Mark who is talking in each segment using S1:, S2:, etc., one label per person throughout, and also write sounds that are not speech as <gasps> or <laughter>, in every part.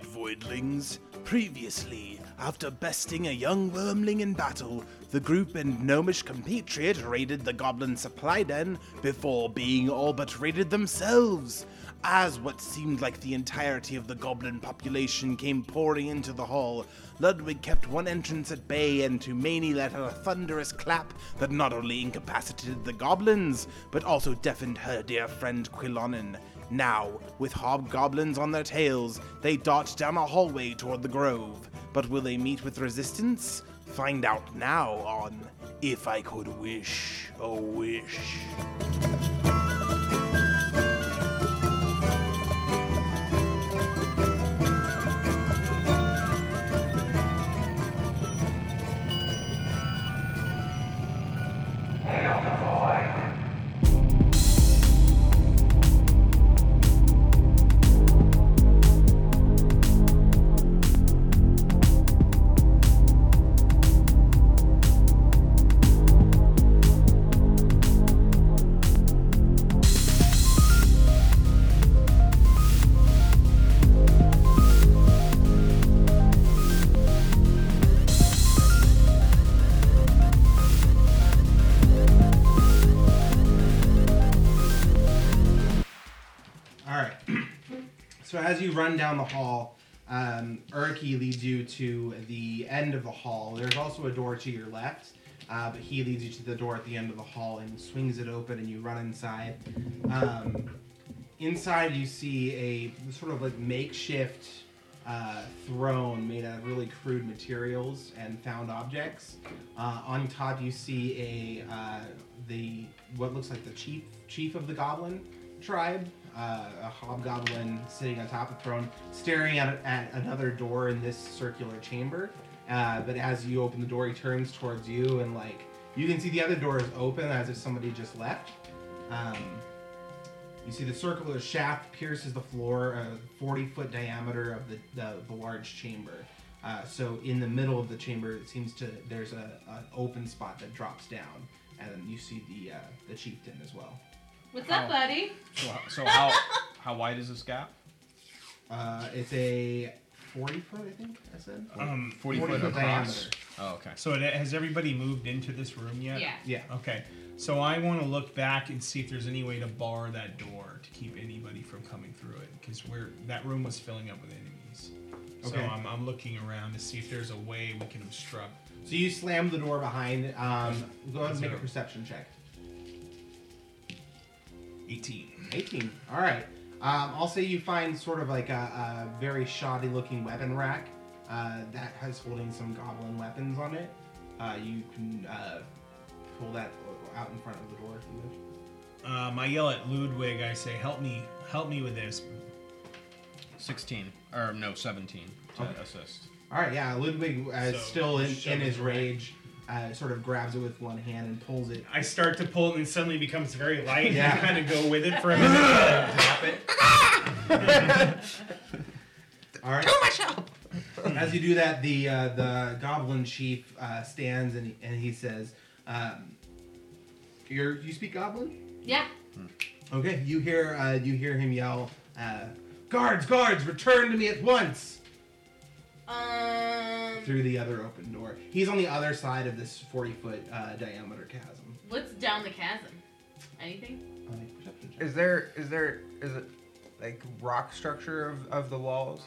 S1: Voidlings. Previously, after besting a young wormling in battle, the group and gnomish compatriot raided the goblin supply den before being all but raided themselves. As what seemed like the entirety of the goblin population came pouring into the hall, Ludwig kept one entrance at bay, and Tumani let out a thunderous clap that not only incapacitated the goblins, but also deafened her dear friend Quilonin. Now, with hobgoblins on their tails, they dart down a hallway toward the grove. But will they meet with resistance? Find out now on If I Could Wish a Wish. All right. <clears throat> so as you run down the hall, um, Erky leads you to the end of the hall. There's also a door to your left, uh, but he leads you to the door at the end of the hall and swings it open, and you run inside. Um, inside, you see a sort of like makeshift uh, throne made out of really crude materials and found objects. Uh, on top, you see a uh, the what looks like the chief chief of the goblin tribe, uh, a hobgoblin sitting on top of the throne, staring at, at another door in this circular chamber. Uh, but as you open the door, he turns towards you and like you can see the other door is open as if somebody just left. Um, you see the circular shaft pierces the floor, a 40 foot diameter of the, the, the large chamber. Uh, so in the middle of the chamber, it seems to there's a an open spot that drops down, and you see the uh, the chieftain as well.
S2: What's up,
S3: Oh.
S2: buddy?
S3: So, so how how wide is this gap?
S1: Uh, it's a 40 foot, I think I said.
S4: Um,
S3: 40,
S1: 40
S3: foot,
S1: foot
S3: across.
S1: diameter.
S3: Oh, okay.
S4: so it, has everybody moved into this room yet?
S2: Yeah.
S1: Yeah.
S4: Okay. So I want to look back and see if there's any way to bar that door to keep anybody from coming through it, because we're that room was filling up with enemies. So
S1: Okay.
S4: I'm, I'm looking around to see if there's a way we can obstruct.
S1: So you slam the door behind. Um, go ahead and make a
S4: Zero.
S1: perception check.
S4: 18.
S1: 18. All right. Um, I'll say you find sort of like a, a very shoddy looking weapon rack uh, that has holding some goblin weapons on it. Uh, you can uh, pull that out in front of the door if you wish.
S4: Um, I yell at Ludwig. I say, "Help me! Help me with this!"
S3: 16. Or no, 17 to assist.
S1: All right, yeah. Ludwig uh,
S4: So,
S1: still in,
S4: shove
S1: in
S4: it
S1: his
S4: away.
S1: rage, uh, sort of grabs it with one hand and pulls it.
S4: I start to pull, it and it suddenly becomes very light.
S1: Yeah.
S4: And kind of go with it
S1: <laughs>
S4: for a minute, and drop it.
S1: All right. <clears throat> As you do that, the uh, the goblin chief uh, stands and and he says, um, "You're you speak goblin?"
S2: Yeah.
S1: Okay, you hear uh, you hear him yell, uh, "Guards, guards, return to me at once!"
S2: Um,
S1: Through the other open door. He's on the other side of this forty foot uh, diameter chasm.
S2: what's down the chasm? Anything?
S1: Uh, perception check.
S5: Is there is there is it like rock structure of, of the walls?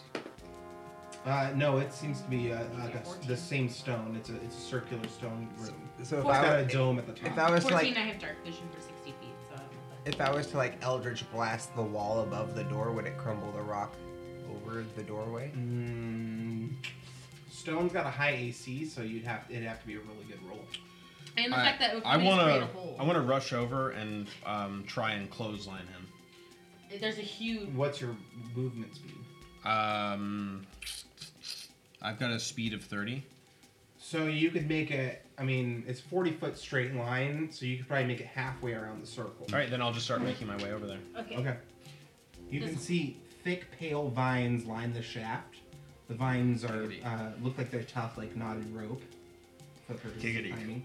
S1: Uh, no, it seems to be uh, like a,
S2: Fourteen.
S1: the same stone. It's a it's a circular stone room.
S5: So
S1: It's
S5: if
S1: got
S5: I,
S1: a dome at the
S5: if
S1: top.
S5: I was to
S2: 14,
S5: like
S2: I have dark vision for 60 feet, so I don't know if
S5: if I was to like Eldritch blast the wall above the door, would it crumble the rock over the doorway?
S1: Mm, stone's got a high AC, so you'd have it'd have to be a really good roll.
S2: that- And the
S3: I,
S2: fact that it would
S3: I
S2: probably just create a
S3: wanna
S2: hole.
S3: I wanna rush over and um, try and clothesline him.
S2: There's a huge.
S1: What's your movement speed?
S3: Um, I've got a speed of 30.
S1: So you could make a. I mean, it's forty foot straight line, so you could probably make it halfway around the circle.
S3: All right, then I'll just start making my way over there.
S2: Okay.
S1: Okay. You can
S2: Does-
S1: see thick, pale vines line the shaft. The vines are
S3: Giggity.
S1: uh, look like they're tough, like knotted rope. For the purpose
S3: Giggity.
S1: of timing.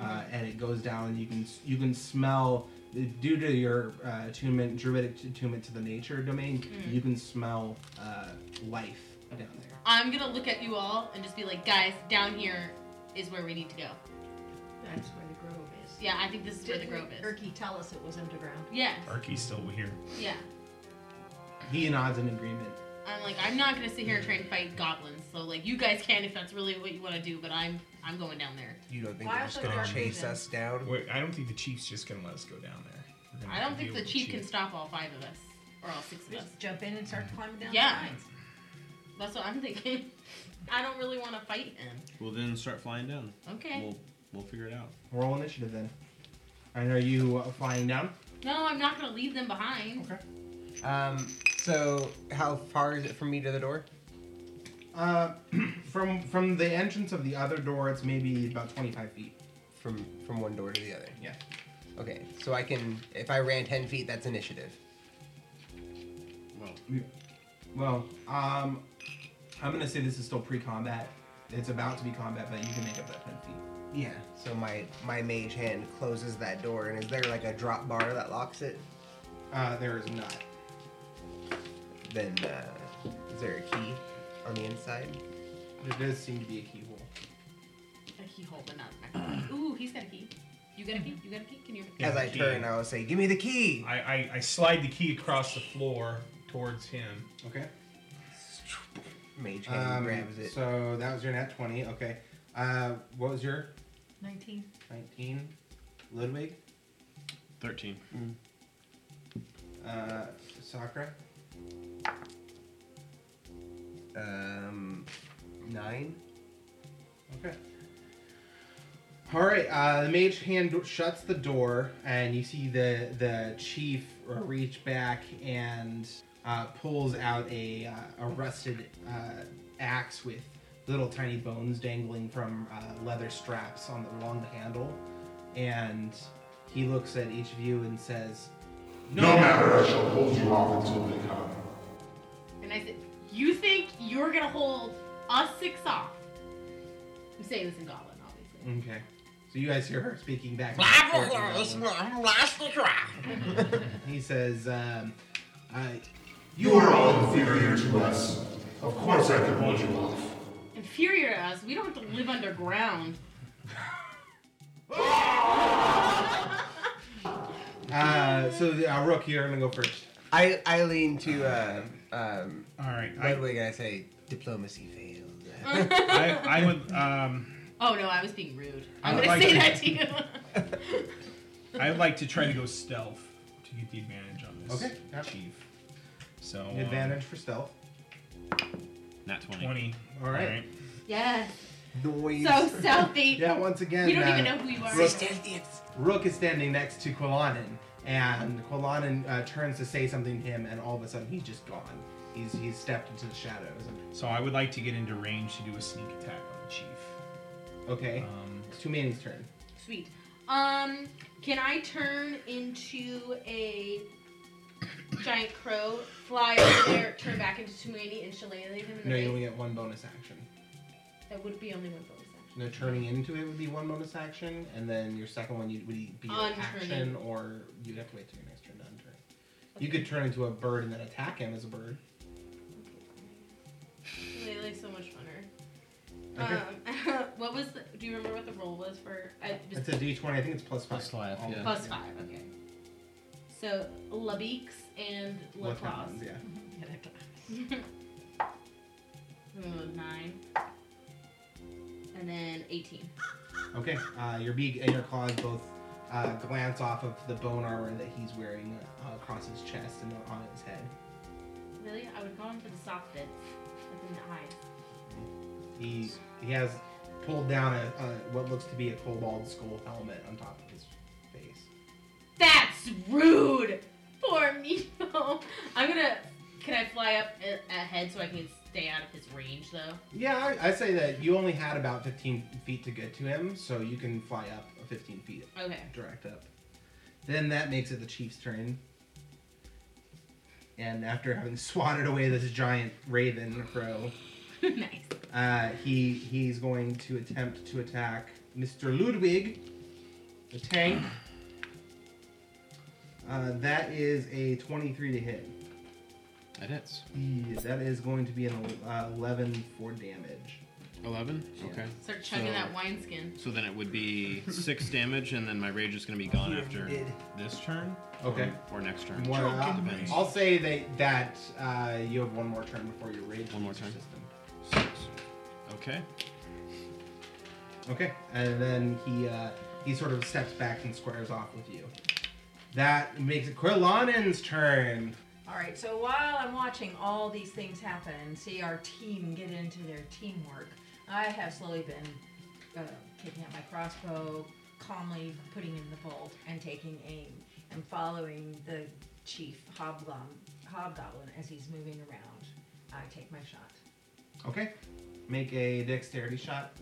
S1: Uh, and it goes down, and you can you can smell due to your
S3: Mm.
S1: uh, attunement, druidic attunement to the nature domain. You can smell uh, life down there.
S2: I'm gonna look at you all and just be like, guys, down here is where we need to go.
S6: That's where the grove is.
S2: Yeah, I think this is where the
S6: Didn't
S2: grove is.
S6: Erky tell us it was underground.
S2: Yes.
S4: Arky's still here.
S2: Yeah.
S1: He nods in agreement.
S2: I'm like, I'm not gonna sit here and try and fight goblins. So like, you guys can if that's really what you want to do, but I'm I'm going down there.
S5: You don't think
S6: Why
S5: they're just
S6: also
S5: gonna
S6: dark
S5: chase
S6: vision?
S5: us down?
S4: Wait, I don't think the chief's just gonna let us go down there. We're gonna
S2: I
S4: have
S2: don't
S4: to
S2: think
S4: deal
S2: the
S4: with
S2: chief can stop all five of us or all six of us.
S6: Just jump in and start climbing down
S2: Yeah.
S6: the mines.
S2: That's what I'm thinking. <laughs> I don't really want to fight him.
S3: We'll then start flying down.
S2: Okay.
S3: We'll we'll figure it out.
S1: Roll initiative then. And are you uh, flying down?
S2: No, I'm not gonna leave them behind.
S5: Um, so how far is it from me to the door?
S1: Uh, <clears throat> from from the entrance of the other door, it's maybe about 25 feet.
S5: From from one door to the other.
S1: Yeah.
S5: Okay, so I can if I ran ten feet, that's initiative.
S3: Well,
S1: Mm. Well, um, I'm gonna say this is still pre-combat. It's about to be combat, but you can make up that 10 feet.
S5: Yeah. So my my mage hand closes that door, and is there like a drop bar that locks it?
S1: Uh, there is not.
S5: Then uh, is there a key on the inside?
S1: There does seem to be a keyhole.
S2: A keyhole, but not. a- <clears throat> Ooh, he's got a key. You got a key? You got a key? Can you?
S4: Yeah,
S5: As
S4: the
S5: I
S4: key.
S5: turn, I will say, "Give me the key."
S4: I, I I slide the key across the floor towards him.
S1: Okay.
S5: Mage hand
S1: Um,
S5: grabs it.
S1: So that was your nat 20. Okay. Uh, what was your
S6: 19.
S1: 19? Ludwig?
S3: thirteen.
S1: Uh, Sakura?
S5: Um, nine.
S1: Okay. All right. Uh, the mage hand do- shuts the door, and you see the the chief uh, reach back and uh, pulls out a uh, a rusted uh, axe with little tiny bones dangling from uh, leather straps on the, along the handle, and he looks at each of you and says,
S7: No matter, I shall hold you off until they come.
S2: And I said, you think you're gonna hold us six off? I'm saying this in Goblin, obviously.
S1: Okay. So you guys hear her speaking back. he says, um, I,
S7: You are all inferior to us. Of course I can hold you off.
S2: Inferior to us, we don't have to live underground.
S1: Uh, so the, uh, Rook, you're gonna go first.
S5: I I lean to uh, um,
S4: All right, I,
S5: Ludwig, and I say, "Diplomacy failed."
S4: I, I would um
S2: Oh no, I was being rude. I'm
S4: I
S2: gonna
S4: like
S2: say
S4: to-
S2: that to you. <laughs>
S4: I'd like to try to go stealth to get the advantage on this.
S1: Okay, yeah.
S4: chief. So um,
S1: Advantage for stealth.
S3: Not twenty.
S4: twenty.
S1: All right.
S2: yes.
S5: <laughs> Noise.
S2: So stealthy.
S1: Yeah, once again,
S2: We don't even
S1: uh,
S2: know who you are.
S1: Rook, Rook is standing next to Quilanin, and Quilanin uh, turns to say something to him, and all of a sudden he's just gone. He's he's stepped into the shadows.
S4: So I would like to get into range to do a sneak attack on the chief.
S1: Okay,
S4: Um,
S1: it's Tumani's turn.
S2: Sweet. Um, can I turn into a giant crow, fly over there, turn back into Tumani, and shillelagh him in the
S1: No,
S2: face?
S1: you only get one bonus action.
S2: That would be only one bonus action.
S1: No, turning into it would be one bonus action, and then your second one you, would e-, be your
S2: Unturning.
S1: action, or you'd have to wait till your next turn to unturn. You could turn into a bird and then attack him as a bird.
S2: Shillelagh's so much funner.
S1: Okay.
S2: Um, <laughs> what was the, do you remember what the roll was for? I
S1: It's
S2: just,
S1: a d20. I think it's plus five.
S3: Plus five,
S1: All
S3: yeah.
S1: of
S2: plus
S1: them,
S2: five, okay. So, Labeeks and
S1: yeah. Plus
S2: Lacrosse.
S1: ones, yeah.
S2: <laughs> Uh, nine. And then 18.
S1: <laughs> Okay, uh, your beak and your claws both uh, glance off of the bone armor that he's wearing uh, across his chest and on his head.
S2: Really? I would go on for the soft bits. But then the eyes.
S1: He he has pulled down a, a what looks to be a cobalt skull helmet on top of his face.
S2: That's rude! Poor Mimo. <laughs> I'm gonna. Can I fly up a- ahead so I can stay out of his range though?
S1: Yeah, I, I say that you only had about 15 feet to get to him, so you can fly up 15 feet
S2: Okay. <laughs>
S1: direct up. Then that makes it the chief's turn. And after having swatted away this giant raven crow,
S2: nice.
S1: Uh, he he's going to attempt to attack Mr. Ludwig, the tank. Uh, that is a 23 to hit.
S3: That hits.
S1: Yeah, that is going to be an el- uh, 11 for damage.
S3: 11? Okay.
S2: Start chugging
S3: So-
S2: that wineskin.
S3: So then it would be 6 damage, and then my rage is going to be gone after this turn?
S1: Okay.
S3: Or next turn?
S1: One, uh,
S3: Depends.
S1: I'll say that, that uh, you have one more turn before your rage.
S3: One more
S1: is
S3: turn.
S1: persistent.
S3: Six. Okay.
S1: Okay, and then he uh, he sort of steps back and squares off with you. That makes it Quillanen's turn.
S6: All right, so while I'm watching all these things happen and see our team get into their teamwork, I have slowly been uh, taking out my crossbow, calmly putting in the bolt, and taking aim, and following the chief hobgoblin, hobgoblin as he's moving around. I take my shot.
S1: Okay, make a dexterity shot.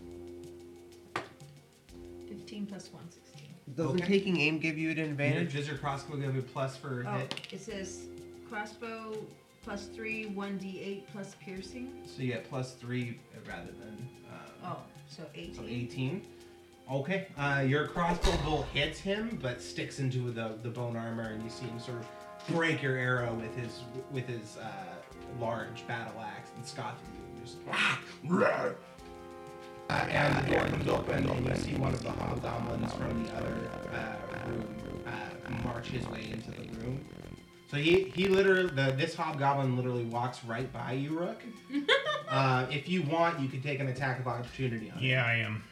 S6: 15 plus 1, 16.
S5: Doesn't
S1: Okay.
S5: taking aim give you an advantage?
S1: Does your crossbow give you a plus for a
S6: Oh,
S1: hit?
S6: it says crossbow plus 3, 1d8 plus piercing.
S1: So you get plus three rather than. Um,
S6: Oh, so 18.
S1: So 18. Okay. Uh, your crossbow bolt hits him, but sticks into the, the bone armor, and you see him sort of break your arrow with his with his uh, large battle axe and scoff at you. And just, uh, and the door comes open, and you see one of the hobgoblins from the other uh, room uh, march his way into the room. So he, he literally, the, this hobgoblin literally walks right by you, <laughs> Rook. uh, if you want, you can take an attack of opportunity on him.
S4: Yeah, I am.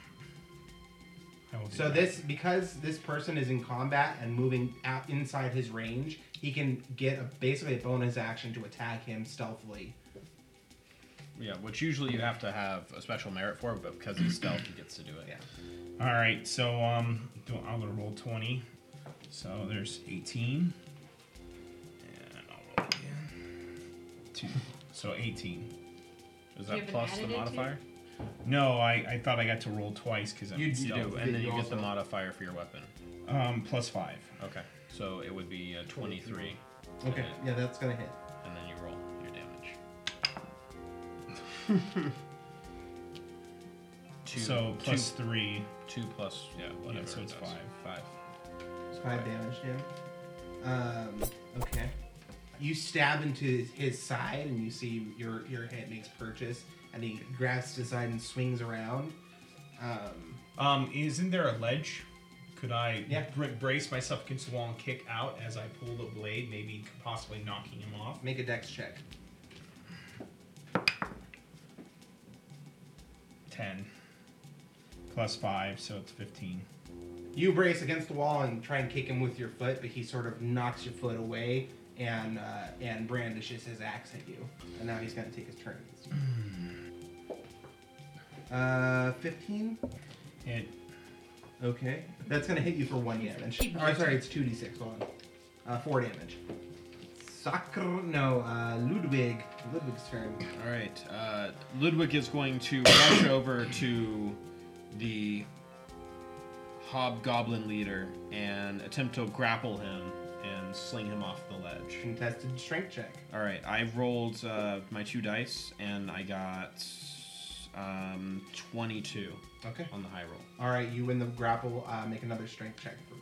S4: I will do
S1: So
S4: that.
S1: this, because this person is in combat and moving out inside his range, he can get a, basically a bonus action to attack him stealthily.
S3: Yeah, which usually you have to have a special merit for, but because it's stealth, he gets to do it.
S1: Yeah.
S4: All right, so um, do- I'm gonna roll twenty. So there's eighteen, and I'll roll again. Two. So eighteen.
S2: You
S4: Is that
S2: haven't
S4: plus the
S2: added it to-
S4: modifier? No, I, I thought I got to roll twice because I'm
S3: You, you
S4: stealth.
S3: do, and then you get
S1: also-
S3: the modifier for your weapon.
S4: Um, plus five.
S3: Okay. So it would be uh 23,
S1: Okay. Yeah, that's gonna hit.
S3: and then you roll your damage. <laughs> two,
S4: so
S3: two-
S4: plus three.
S3: two plus yeah
S4: Yeah,
S3: whatever.
S4: so
S3: it
S4: it's
S3: does.
S4: five. Five.
S1: It's Five damage, yeah. Um. Okay. You stab into his, his side, and you see your your hit makes purchase, and he grasps his side and swings around. Um.
S4: Um, isn't there a ledge? Could I
S1: Yeah.
S4: br- brace myself against the wall and kick out as I pull the blade, maybe possibly knocking him off?
S1: Make a dex check.
S4: Ten. Plus five, so it's fifteen.
S1: You brace against the wall and try and kick him with your foot, but he sort of knocks your foot away and uh, and brandishes his axe at you. And now he's going to take his turn against you.
S5: Hmm.
S1: Uh, 15?
S4: It
S1: Okay. That's going to hit you for one damage. Oh, sorry, it's 2d6. Hold on. Uh, four damage. Sacr. No, uh, Ludwig. Ludwig's turn.
S3: All right. Uh, Ludwig is going to rush <coughs> over to the hobgoblin leader and attempt to grapple him and sling him off the ledge.
S1: Contested strength check.
S3: All right. I rolled uh, my two dice and I got um, 22
S1: Okay.
S3: on the high roll.
S1: All right, you win the grapple. Uh, make another strength check for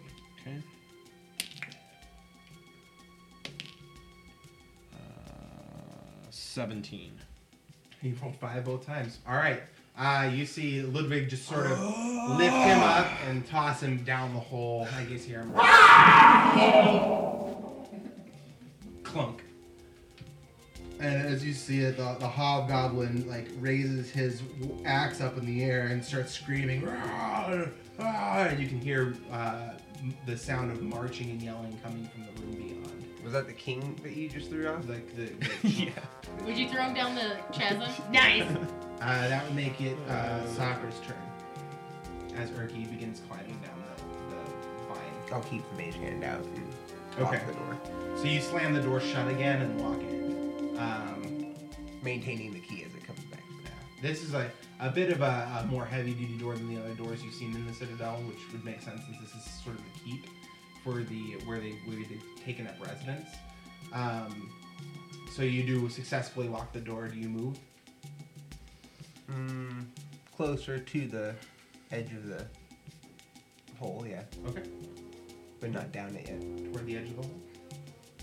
S1: me.
S3: Okay. Uh, 17.
S1: He rolled five both times. All right. Uh, you see Ludwig just sort of lift him up and toss him down the hole. I guess here. Clunk. And as you see it, the, the hobgoblin like raises his w- axe up in the air and starts screaming. "Rawr! Rawr!" And you can hear uh, m- the sound of marching and yelling coming from the room beyond.
S5: Was that the king that you just
S1: <laughs>
S5: threw off?
S1: Like the, the
S2: Would you throw him down the chasm? Nice.
S1: Uh, that would make it uh, Sakura's turn as Erky begins climbing down the, the vine.
S5: I'll keep the mage hand out and lock
S1: Okay.
S5: the door.
S1: So you slam the door shut again and lock it. Um,
S5: Maintaining the key as it comes back.
S1: this is a, a bit of a, a more heavy duty door than the other doors you've seen in the Citadel, which would make sense since this is sort of the keep for the where they where they've taken up residence. Um, so you do successfully lock the door. Do you move?
S5: Mm, closer to the edge of the hole, yeah.
S1: Okay.
S5: But not down it yet.
S1: toward the edge of the hole.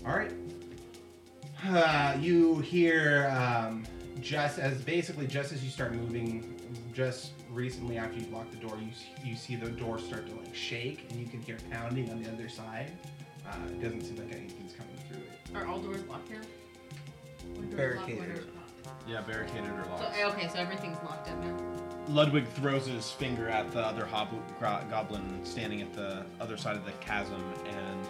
S1: All right. Uh, you hear um, just as basically just as you start moving, just recently after you lock the door, you s- you see the door start to like shake, and you can hear pounding on the other side. Uh, it doesn't seem like anything's coming through it.
S2: Are all doors locked now?
S6: One door's locked, one
S5: Barricaded.
S6: door's not.
S3: Yeah, barricaded or
S2: So, eh,
S3: locked.
S2: okay, so everything's locked up now.
S3: Ludwig throws his finger at the other hob- gro- goblin standing at the other side of the chasm and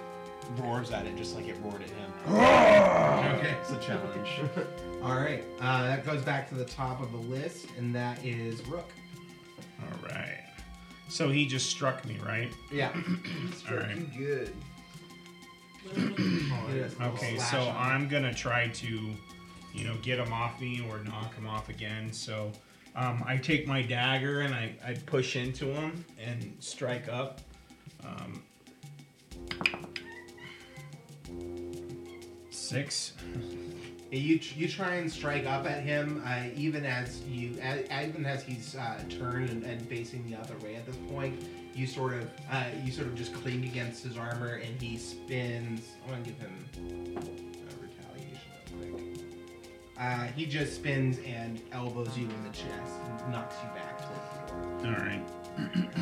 S3: roars at it just like it roared at him.
S1: <laughs>
S3: Oh.
S1: Okay.
S3: It's a
S1: <laughs>
S3: challenge.
S1: All right. Uh, that goes back to the top of the list, and that is Rook.
S4: All right. So he just struck me, right?
S1: Yeah.
S4: All right.
S5: You good.
S4: Okay, so I'm gonna try to, you know, get him off me or knock him off again. So um, I take my dagger and I, I push into him and strike up. Um, six.
S1: Yeah, You you try and strike up at him, uh, even as you a- even as he's uh, turned and, and facing the other way. At this point, you sort of uh, you sort of just cling against his armor, and he spins. I'm gonna give him a retaliation real quick. Uh, he just spins and elbows you in the chest and knocks you back towards the door.
S4: All right.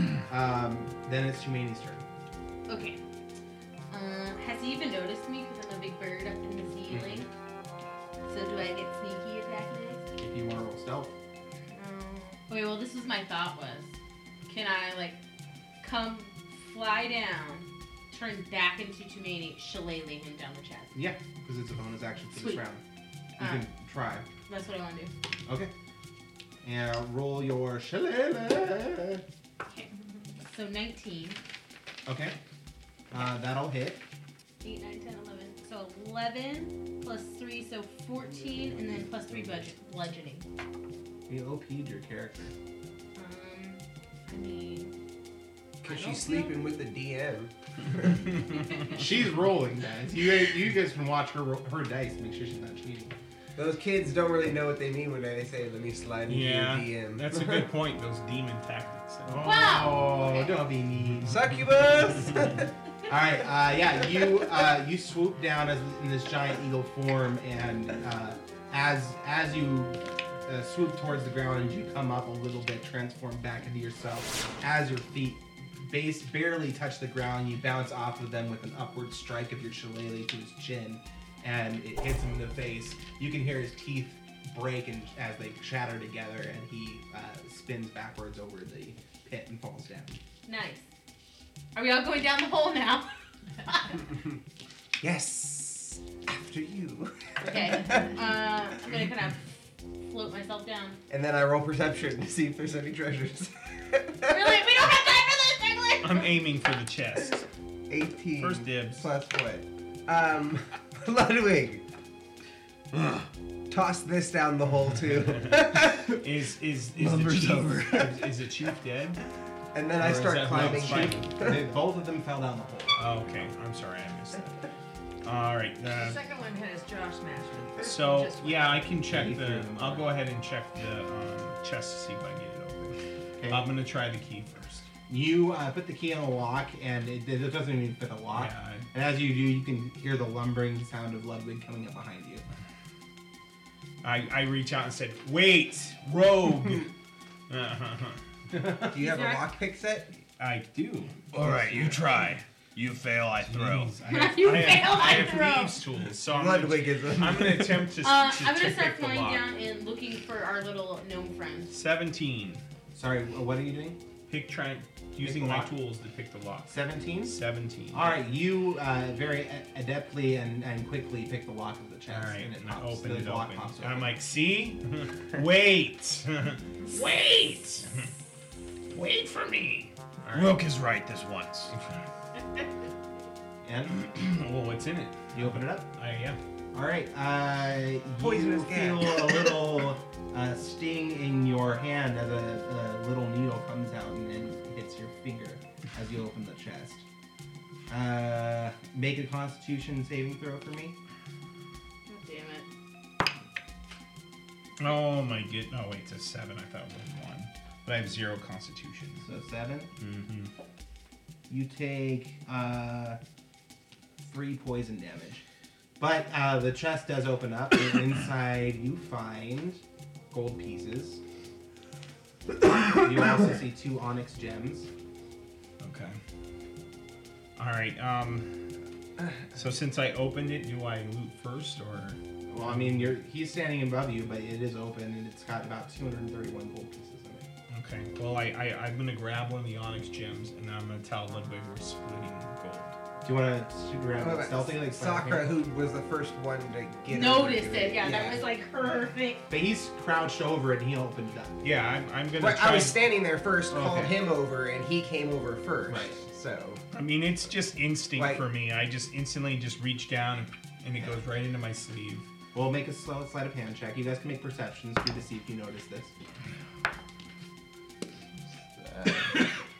S1: <clears throat> Um, then it's Tumani's turn.
S2: Okay. Uh, has he even noticed me? Because I'm a big bird up in the ceiling. So do I get sneaky attack next?
S1: If you want to roll stealth,
S2: Okay, well, this is my thought was, can I, like, come fly down, turn back into Tumani, shillelagh him down the chasm?
S1: yeah, because it's a bonus action for
S2: Sweet.
S1: this round. You
S2: Uh,
S1: can try.
S2: That's what I want to do.
S1: Okay. And roll your shillelagh.
S2: Okay. So 19,
S1: Okay. Uh, that'll hit.
S2: 8, 9, 10, 11. So 11 plus 3, so 14, and then plus 3 budget, bludgeoning.
S1: You OP'd your character.
S2: Um, I mean,
S5: Because
S2: don't
S5: she's sleeping with the DM.
S1: <laughs> She's rolling, guys. You guys, you guys can watch her ro- her dice. Make sure she's not cheating.
S5: Those kids don't really know what they mean when they say, let me slide into
S4: Yeah,
S5: your DM. <laughs>
S4: that's a good point. Those demon tactics.
S2: Wow.
S1: Oh, don't be mean.
S5: Succubus! <laughs>
S1: All right. Uh, yeah. You uh, you swoop down as in this giant eagle form, and uh, as as you uh, swoop towards the ground and you come up a little bit, transform back into yourself as your feet base barely touch the ground. You bounce off of them with an upward strike of your shillelagh to his chin, and it hits him in the face. You can hear his teeth break and as they shatter together, and he uh, spins backwards over the pit and falls down.
S2: nice. Are we all going down the hole now?
S5: <laughs> yes! After you.
S2: okay.
S5: <laughs>
S2: Uh, I'm gonna kind of float myself down.
S5: And then I roll perception to see if there's any treasures. <laughs>
S2: Really? We don't have time for this, Douglas!
S4: I'm aiming for the chest.
S5: 18.
S4: First dibs.
S5: Plus what? Um, <laughs> Ludwig. Toss this down the hole
S4: <laughs>
S5: too.
S4: Is is is the
S5: Lumber's
S4: chief,
S5: over.
S4: is, is the chief dead?
S5: and then I
S4: Or is
S5: start
S4: that
S5: climbing.
S4: not
S5: back.
S4: spiking?
S1: They, both of them fell down the hole.
S4: Oh, okay. I'm sorry, I missed that. All right.
S6: The
S4: Uh,
S6: second one has Josh Master.
S4: So yeah, I can
S1: Yeah,
S4: check
S1: you threw
S4: the.
S1: them
S4: I'll
S1: over.
S4: go ahead and check the um, chest to see if I can get it open. I'm gonna try the key first.
S1: You uh, put the key on the lock, and it, it doesn't even fit the lock.
S4: Yeah,
S1: And as you do, you can hear the lumbering sound of Ludwig coming up behind you.
S4: I, I reach out and said, "Wait,
S3: <laughs>
S4: rogue."
S5: Do you have a
S2: Is there-
S5: lockpick set?
S4: I do.
S3: All right, you try. You fail, I throw.
S2: <laughs>
S4: I
S2: <laughs>
S4: have,
S2: You
S4: I
S2: fail,
S4: have, I
S2: I throw.
S4: have thieves' tools, so I'm gonna,
S5: Ludwig is a.
S4: <laughs> I'm gonna attempt to.
S2: Uh,
S4: to,
S2: I'm gonna
S4: to
S2: start
S4: pick the
S2: flying
S4: lock.
S2: down and looking for our little gnome friends.
S4: Seventeen.
S1: Sorry, wh- what are you doing?
S4: Pick trying using
S1: the
S4: my
S1: lock.
S4: tools to pick the lock.
S1: 17?
S4: Seventeen.
S1: All right, you uh, very a- adeptly and, and quickly pick the lock of the
S4: All
S1: chest,
S4: right,
S1: and it
S4: and I
S1: pops.
S4: open
S1: the
S4: it
S1: lock
S4: open. Um,
S1: pops
S4: And I'm
S1: open. <laughs>
S4: like, see? Wait!
S1: <laughs>
S4: Wait! Wait for me! All right.
S3: Rook is right this once.
S1: <laughs>
S3: <laughs>
S1: and
S4: well, what's in it?
S1: you open it up.
S4: I, yeah.
S1: All right, uh,
S5: Poisonous
S1: you
S5: gas.
S4: <laughs>
S1: feel a little uh, sting in your hand as a, a little needle comes out and, and hits your finger as you open the chest. Uh, make a Constitution saving throw for me.
S2: Oh, damn it.
S4: Oh my good. Oh, wait, it's a seven. I thought it was one. But I have zero constitution.
S1: So seven.
S4: Mm-hmm.
S1: You take uh, three poison damage. But uh, the chest does open up, and inside you find gold pieces. you also see two onyx gems.
S4: Okay. All right. Um. So since I opened it, do I loot first or?
S1: Well, I mean, you're he's standing above you, but it is open, and it's got about 231 gold pieces in it.
S4: Okay. Well, I, I I'm gonna grab one of the onyx gems and I'm gonna tell Ludwig we're splitting gold.
S1: Do you want to shoot around
S5: What
S1: with
S5: about
S1: stealthy like
S5: Sakura, who was the first one to get
S2: Notice
S5: over to
S2: it. Yeah, that was like her thing.
S1: But he's crouched over it, and he opened it up.
S4: Yeah, I'm, I'm gonna
S5: But
S4: try.
S5: I was standing there first,
S4: Okay.
S5: called him over, and he came over first.
S1: Right.
S5: So
S4: I mean, it's just instinct
S5: Like-
S4: for me. I just instantly just reach down and it goes right into my sleeve.
S1: We'll make a slow sleight of hand check. You guys can make perceptions to see if you notice this.
S5: uh,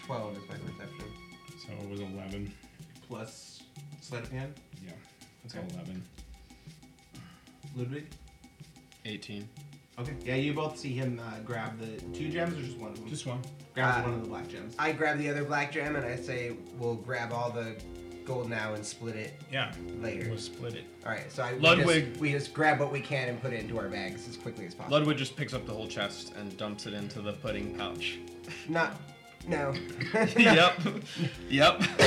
S5: twelve is my perception.
S4: So it was 11.
S1: Plus sleight of hand,
S4: Yeah, it's
S1: Okay.
S4: 11.
S1: Ludwig.
S3: 18.
S1: Okay. Yeah, you both see him uh, grab the two gems or just one of them.
S4: Just one.
S1: grab
S5: Uh,
S1: one of the black gems.
S5: I grab the other black gem and I say, "We'll grab all the gold now and split it
S4: Yeah,
S5: later."
S4: we'll split it.
S5: All right. So I We
S3: Ludwig-
S5: just, we just grab what we can and put it into our bags as quickly as possible.
S3: Ludwig just picks up the whole chest and dumps it into the pudding pouch.
S5: Not. No.
S3: <laughs>
S4: <laughs>
S5: <laughs>
S3: yep. <laughs> Yep. <laughs>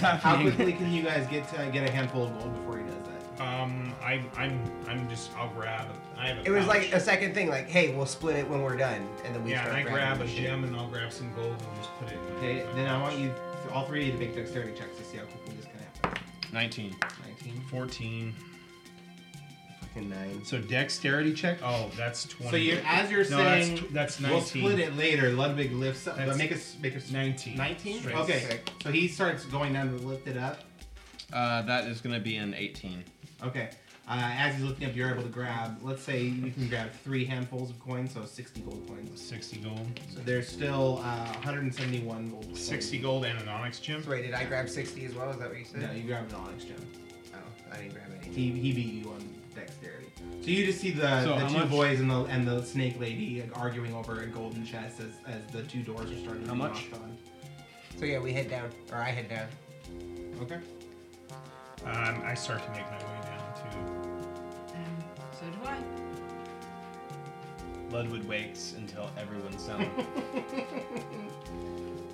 S1: <laughs> How
S3: happening.
S1: quickly can you guys get to get a handful of gold before he does that?
S4: Um, I, I'm, I'm just, I'll grab. I have a
S5: It was like a
S4: pouch.
S5: second thing, like, "Hey, we'll split it when we're done," and then we
S4: yeah, and
S5: start
S4: I grab
S5: grabbing
S4: a
S5: shit.
S4: gem and I'll grab some gold and just put it. in
S1: Okay.
S4: my
S1: Then I
S4: pouch.
S1: want you, all three of you, to make dexterity checks to see how quickly this can happen.
S3: 19.
S1: 19.
S4: 14.
S5: Fucking nine.
S4: So dexterity check. Oh, that's 20.
S1: So you, as you're
S4: no, that's
S1: saying,
S4: tw- that's 19.
S1: we'll split it later. Ludwig lifts up. But
S4: That's
S1: make us make us
S4: 19.
S1: 19.
S4: Straight.
S1: Okay. So he starts going down to lift it up.
S3: Uh, that is going to be an 18.
S1: Okay. Uh, as he's looking up, you're able to grab. Let's say you can grab three handfuls of coins, so 60 gold coins.
S4: 60 gold.
S1: So there's still uh, 171 gold. Coins.
S4: 60 gold and an onyx gem.
S5: So wait, did I grab sixty as well? Is that what you said?
S1: No, you grabbed an onyx gem.
S5: Oh, I didn't grab any.
S1: He, he beat you on dexterity. So you just see the,
S3: So
S1: the
S3: how
S1: two
S3: much-
S1: boys and the and the snake lady arguing over a golden chest as, as the two doors are starting to
S3: How
S1: be
S3: much?
S1: knocked on.
S5: So yeah, we head down, or I head down.
S1: Okay.
S4: Um, I start to make my way down
S6: And so do I.
S3: Ludwig wakes until everyone's <laughs> down.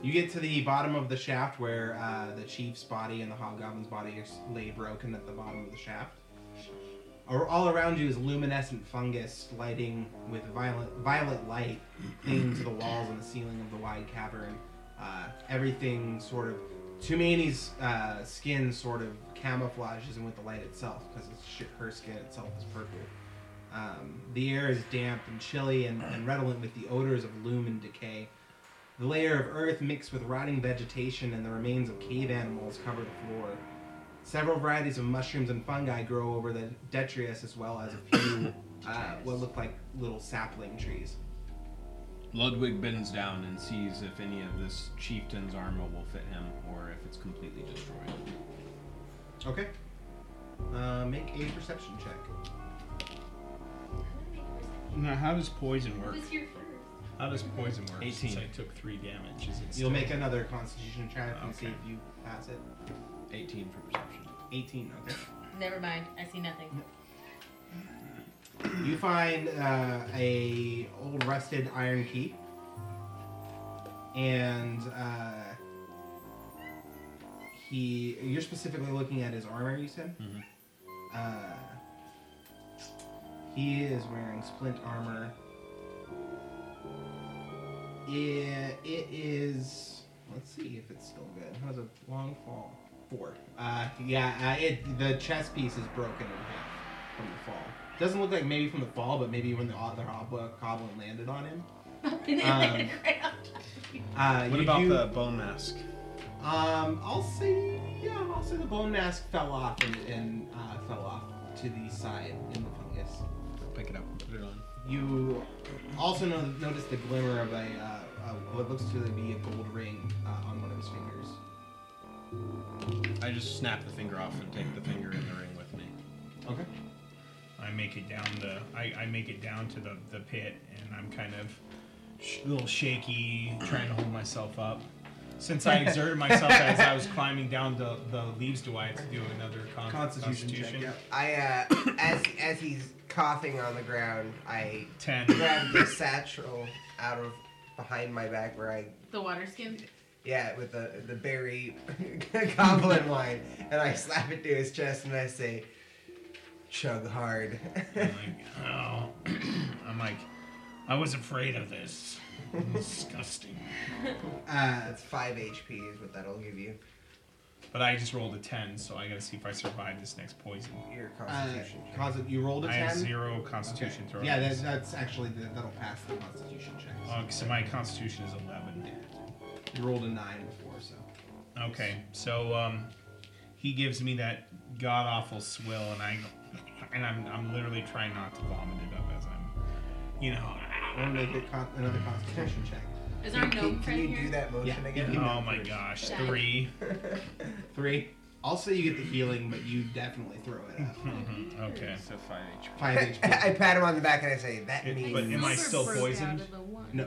S1: You get to the bottom of the shaft where uh, the chief's body and the hobgoblin's body are s- lay broken at the bottom of the shaft. Ar- All around you is luminescent fungus lighting with violet, violet light clinging to the walls and the ceiling of the wide cavern. Uh, everything sort of. Tumani's uh, skin sort of camouflages in with the light itself because it's sh- her skin itself is purple. Um, the air is damp and chilly and, and redolent with the odors of loom and decay. The layer of earth mixed with rotting vegetation and the remains of cave animals cover the floor. Several varieties of mushrooms and fungi grow over the detritus, as well as a few uh, what look like little sapling trees.
S3: Ludwig bends down and sees if any of this chieftain's armor will fit him or if it's completely destroyed.
S1: Okay. Uh, make a perception check.
S4: too. Now, how does poison work?
S2: Who's here first?
S4: How does poison work?
S3: 18.
S4: Since I took three damage. Is it
S1: You'll
S4: still-
S1: make another Constitution check and see
S4: Okay.
S1: if you pass it.
S3: 18 for perception.
S1: 18. Okay.
S2: Never mind. I see nothing.
S1: You find uh, a old rusted iron key, and uh, he. You're specifically looking at his armor. You said.
S3: Mhm.
S1: Uh, he is wearing splint armor. It, it is. Let's see if it's still good. How's a long fall? Four. Uh, yeah. Uh, it the chest piece is broken in half from the fall. Doesn't look like maybe from the fall, but maybe when the other hob- goblin landed on him.
S2: <laughs> And then
S1: Um,
S2: they cried out.
S1: Uh,
S3: What
S1: you
S3: about
S1: do-
S3: the bone mask?
S1: Um, I'll say yeah. I'll say the bone mask fell off and, and uh, fell off to the side in the fungus.
S3: Pick it up and put it on.
S1: You also no- notice the glimmer of a, uh, a what looks to be a gold ring uh, on one of his fingers.
S3: I just snap the finger off and take the finger in the ring with
S5: <laughs>
S3: me.
S1: Okay.
S4: I make it down the. I, I make it down to the, the pit, and I'm kind of sh- a little shaky, trying to hold myself up. Since I exerted myself
S3: <laughs>
S4: as I was climbing down the, the leaves, do I have to do another con-
S1: Constitution, check. Yeah.
S5: I uh, as as he's coughing on the ground, I
S4: Ten.
S5: grabbed the satchel out of behind my back where I
S2: The water skin.
S5: yeah with the the berry <laughs> goblin wine, and I slap it to his chest and I say, "Chug hard." <laughs>
S4: I'm like, oh. <clears throat> I'm like, I was afraid of
S5: <laughs>
S4: this. Disgusting.
S1: Uh,
S5: That's five HP is what that'll give you.
S4: But I just rolled a ten, so I gotta see if I survive this next poison.
S5: Your
S1: uh,
S5: Constitution. check.
S1: cause you rolled a
S4: I
S1: ten.
S4: have zero Constitution
S1: Okay.
S4: throw.
S1: Yeah, that, that's actually the, that'll pass the Constitution check.
S4: Uh, so my Constitution is eleven.
S1: you rolled a nine before, so
S4: Okay, so um, he gives me that god awful swill, and I, and I'm, I'm literally trying not to vomit it up as I'm, you know.
S1: I'm gonna make it con- another Constitution check.
S2: Is our
S5: Can,
S2: gnome
S5: can
S2: friend
S5: you
S2: here?
S5: do that motion
S1: Yeah.
S5: again?
S4: Oh my gosh,
S2: Yeah.
S4: three.
S1: Three. I'll say you get the healing, but you definitely throw it up.
S4: <laughs> Mhm, Okay.
S3: So five HP.
S1: Five HP.
S5: <laughs> I pat him on the back and I say, "That
S4: It-
S5: means."
S4: but am
S2: Silver
S4: I still
S2: broke out
S4: poisoned?
S2: of the one.
S1: No.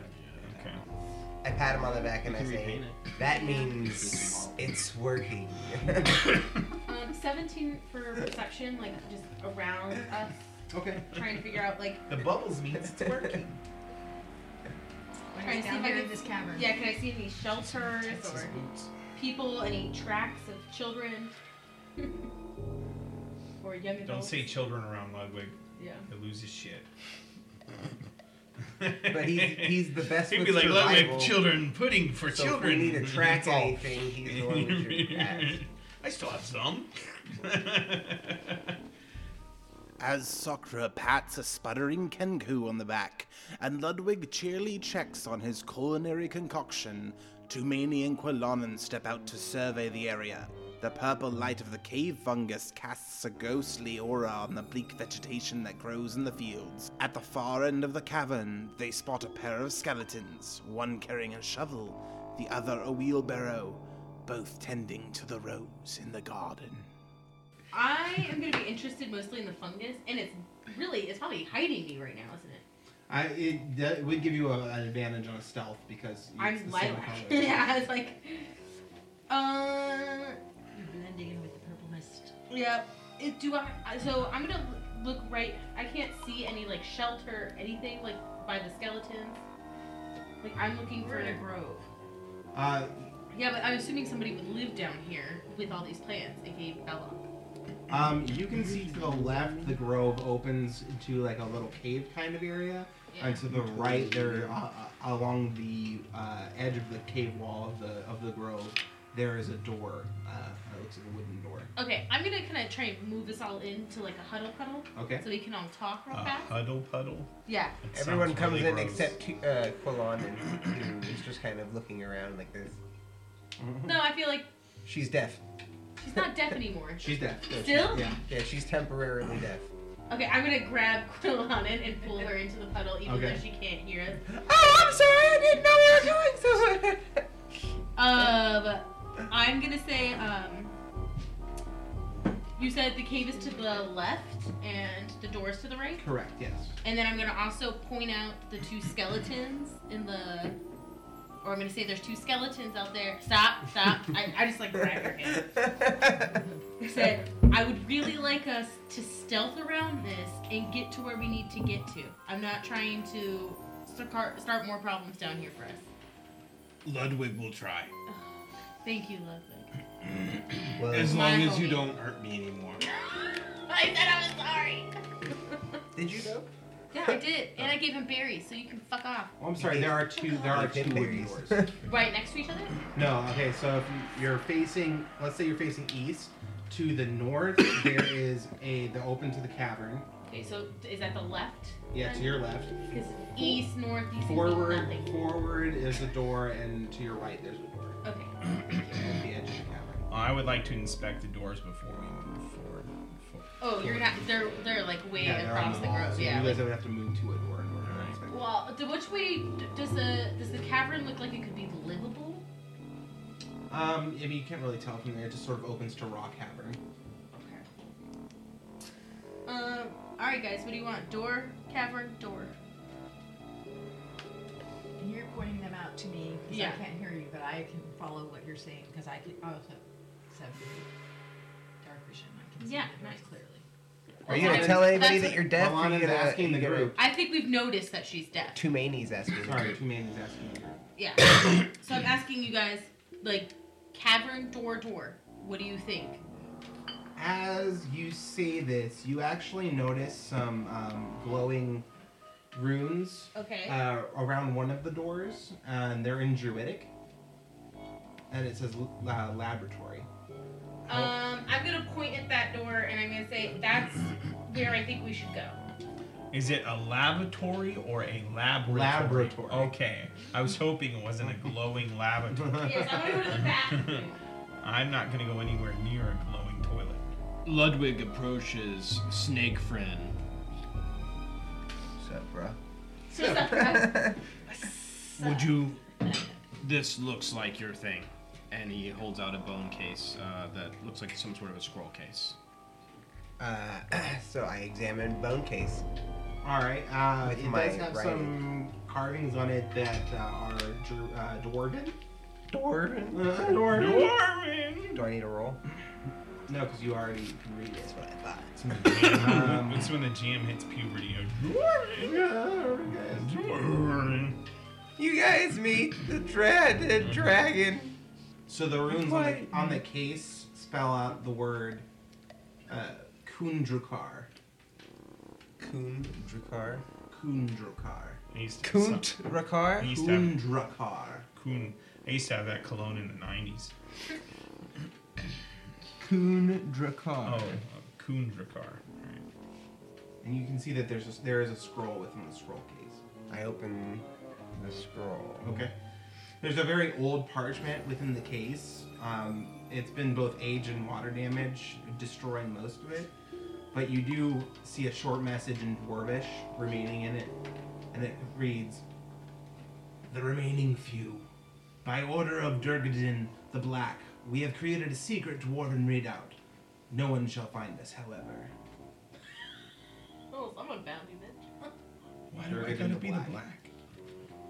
S4: Okay.
S5: I pat him on the back and I
S3: You can
S5: say,
S3: repaint
S5: "That means it's working." <laughs>
S2: Um, 17 for perception, like just around us,
S1: Okay.
S2: trying to figure out, like,
S1: The bubbles means it's working.
S6: When
S2: Trying
S6: it's
S2: to see
S6: down
S2: if I
S6: here in
S2: can-
S6: this cavern.
S2: yeah, can I see any shelters or people, any tracks of children? <laughs> or young adults?
S4: Don't say children around Ludwig.
S2: Yeah.
S4: He loses shit.
S3: <laughs>
S5: But he's he's the
S4: <laughs>
S5: best
S4: He'd
S5: with
S4: be like
S5: survival.
S4: Ludwig, children pudding for
S5: so
S4: children.
S5: if we need to
S4: <laughs>
S5: track anything,
S3: <laughs>
S5: he's the one we should ask.
S4: I still have some.
S8: As Sokra pats a sputtering Kenku on the back, and Ludwig cheerily checks on his culinary concoction, Tumani and Quilonan step out to survey the area. The purple light of the cave fungus casts a ghostly aura on the bleak vegetation that grows in the fields. At the far end of the cavern, they spot a pair of skeletons, one carrying a shovel, the other a wheelbarrow, both tending to the rose in the garden.
S2: I am going to be interested mostly in the fungus, and it's really, it's probably hiding me right now, isn't it?
S1: I it, that would give you a, an advantage on a stealth because you- it's
S2: I'm
S1: the same
S2: lilac.
S1: color.
S2: <laughs> yeah, it's like, uh,
S6: You're blending in with the purple mist.
S2: Yep. It, do I? I- So I'm gonna l- look right. I can't see any like shelter, anything like by the skeletons. Like I'm looking
S6: We're
S2: for.
S6: in a grove.
S1: Uh,
S2: Yeah, but I'm assuming somebody would live down here with all these plants, aka Bella.
S1: um, you can see to the left the grove opens into like a little cave kind of area,
S2: Yeah.
S1: and to the right there uh, uh, along the uh, edge of the cave wall of the of the grove there is a door uh, that looks like a wooden door.
S2: Okay, I'm gonna kind of try and move us all into like a huddle cuddle
S1: Okay.
S2: so we can all talk
S1: Uh.
S2: real
S4: A
S2: fast.
S4: huddle puddle.
S2: yeah.
S1: <laughs>
S4: It
S5: Everyone
S4: sounds
S5: comes
S4: really
S5: in
S4: gross.
S5: except Tu- uh, Quilon, and who's just kind of looking around like this.
S2: No, I feel like
S5: She's deaf.
S2: she's not
S1: <laughs>
S2: deaf anymore.
S1: She's dead.
S2: Still?
S1: Yeah.
S5: Yeah, she's temporarily deaf.
S2: Okay, I'm gonna grab <laughs> Quillonen and pull her into the puddle, even
S1: Okay.
S2: though she can't hear us.
S5: Oh, I'm sorry. I didn't know we were going somewhere.
S2: Um, I'm gonna say, um, you said the cave is to the left and the door's to the right,
S1: Correct. Yes.
S2: and then I'm gonna also point out the two skeletons in the, or I'm gonna say there's two skeletons out there. Stop, stop. I, I just like grabbed her hand.
S1: <laughs>
S2: I said I would really like us to stealth around this and get to where we need to get to. I'm not trying to start start more problems down here for us.
S3: Ludwig will try.
S2: Thank you, Ludwig.
S5: well,
S3: As long
S2: My
S3: as you
S2: homie.
S3: don't hurt me anymore.
S2: I said I was sorry.
S5: <laughs> did you know?
S2: Yeah, I did, and I gave him berries, so you can fuck off.
S1: Oh, I'm sorry. There are two. There are two wooden
S5: Berries.
S1: doors.
S2: Right next to each other.
S1: No, okay, so if you- you're facing, let's say you're facing east, to the north, there is a, the open to the cavern.
S2: Okay, so is that the left?
S1: Yeah, to your left.
S2: Because east, north, east,
S1: Forward,
S2: Nothing.
S1: forward is a door, and to your right, there's a door
S2: Okay.
S1: at the edge of the cavern.
S4: I would like to inspect the doors before we move forward.
S2: Oh, you're not. They're they're like way
S1: Yeah, they're on
S2: across
S1: the
S2: the
S1: wall,
S2: grove.
S1: so
S2: yeah.
S1: you guys
S2: like-
S1: would have to move to a door in order to inspect it.
S2: well, d- which way d- does the does the cavern look like it could be livable?
S1: Um, I mean, you can't really tell from there. It just sort of opens to rock cavern.
S2: Okay. Um. All right, guys. What do you want? Door, cavern, door.
S6: And you're pointing them out to me because
S2: Yeah.
S6: I can't hear you, but I can follow what you're saying because I can. Oh, so seven feet. dark vision. I can see
S2: Yeah,
S6: the doors
S2: nice.
S6: clearly.
S5: Are you gonna
S2: That's-
S5: tell anybody
S2: that's-
S5: that you're deaf? Are you
S1: Alana's
S5: gonna-
S1: asking
S5: you
S1: the
S5: gonna-
S1: group.
S2: I think we've noticed that she's deaf.
S5: Two manies asking. the
S1: Sorry,
S5: group.
S1: two man is asking. the group.
S2: <coughs> Yeah. so I'm asking you guys, like, cavern door door. What do you think?
S1: As you say this, you actually notice some um, glowing runes
S2: Okay.
S1: uh, around one of the doors, and they're in Druidic. And it says l- uh, laboratory.
S2: Um, I'm gonna point at that door and I'm gonna say that's where I think we should go.
S4: Is it a lavatory or a laboratory?
S1: Laboratory.
S4: Okay. I was hoping it wasn't a glowing lavatory.
S2: <laughs> Yes, I'm gonna go to the bathroom.
S4: I'm not going to go anywhere near a glowing toilet.
S3: Ludwig approaches Snake Friend.
S5: Shut up, bro.
S2: So is <laughs> that
S3: Would you? This looks like your thing. And he holds out a bone case uh, that looks like some sort of a scroll case.
S5: Uh, <clears throat> so I examined bone case.
S1: All right. Uh,
S5: With
S1: it
S5: my
S1: does have
S5: writing.
S1: some carvings on it that uh, are dr- uh, dwarven.
S5: Door.
S1: Uh, dwarven.
S4: Norman!
S5: Do I need to roll?
S1: No, because you already can read it.
S5: That's what I thought.
S1: Um,
S4: <laughs> It's when the GM hits puberty.
S1: yeah,
S4: Norman.
S5: You guys meet the dreaded dragon.
S1: so the runes on the,
S5: Why-
S1: on the case spell out the word uh, Kundrakar.
S5: Kunt Drakar.
S1: Kundrakar.
S4: I used to-
S5: Kunt
S4: I
S5: Drakar.
S4: used to have
S1: Kundrakar.
S4: Coon. I used to have that cologne in the '90s.
S5: Kunt Drakar.
S4: Oh, Kundrakar.
S1: And you can see that there's a, there is a scroll within the scroll case.
S5: I open the scroll.
S1: Okay. There's a very old parchment within the case. Um, it's been both age and water damage, destroying most of it. But you do see a short message in Dwarvish remaining in it, and it reads The remaining few. By order of Durgadin the Black, we have created a secret dwarven readout. No one shall find us, however.
S2: Oh, someone found me, bitch.
S4: Why
S1: do I Durgan gotta the be the Black. black?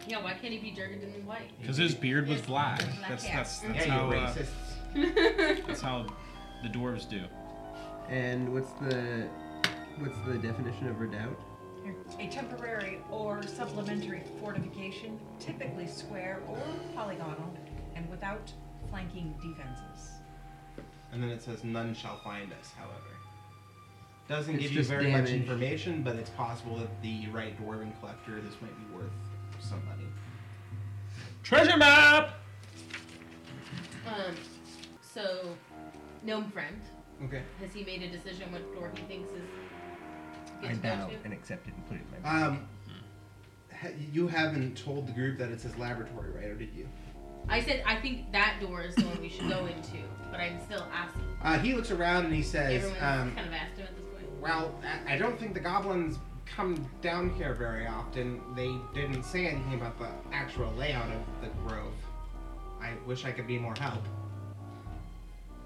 S2: Yeah, why can't he be Jurgensen and White?
S3: Because his beard was
S2: Yes.
S3: black.
S6: Black
S3: That's
S6: hair.
S3: that's that's
S1: yeah,
S3: how
S1: you
S3: uh,
S1: racists.
S3: that's how the dwarves do.
S5: And what's the what's the definition of redoubt?
S6: A temporary or supplementary fortification, typically square or polygonal, and without flanking defenses.
S1: and then it says none shall find us however doesn't
S5: It's
S1: give you
S5: just
S1: very much
S5: damage.
S1: information but it's possible that the right dwarven collector this might be worth some money
S3: Treasure map.
S2: Um, so gnome friend,
S1: okay
S2: has he made a decision what door he thinks is
S5: I
S2: gets to go
S5: bow
S2: to?
S5: and accept it and put it in my bag.
S1: um ha- you haven't told the group that it says laboratory right or did you
S2: I said I think that door is the one we should go into, but I'm still asking.
S1: uh, he looks around and he says
S2: Everyone's
S1: um,
S2: kind of asked him at this point.
S1: well I- i don't think the goblins come down here very often they didn't say anything about the actual layout of the grove i wish i could be more help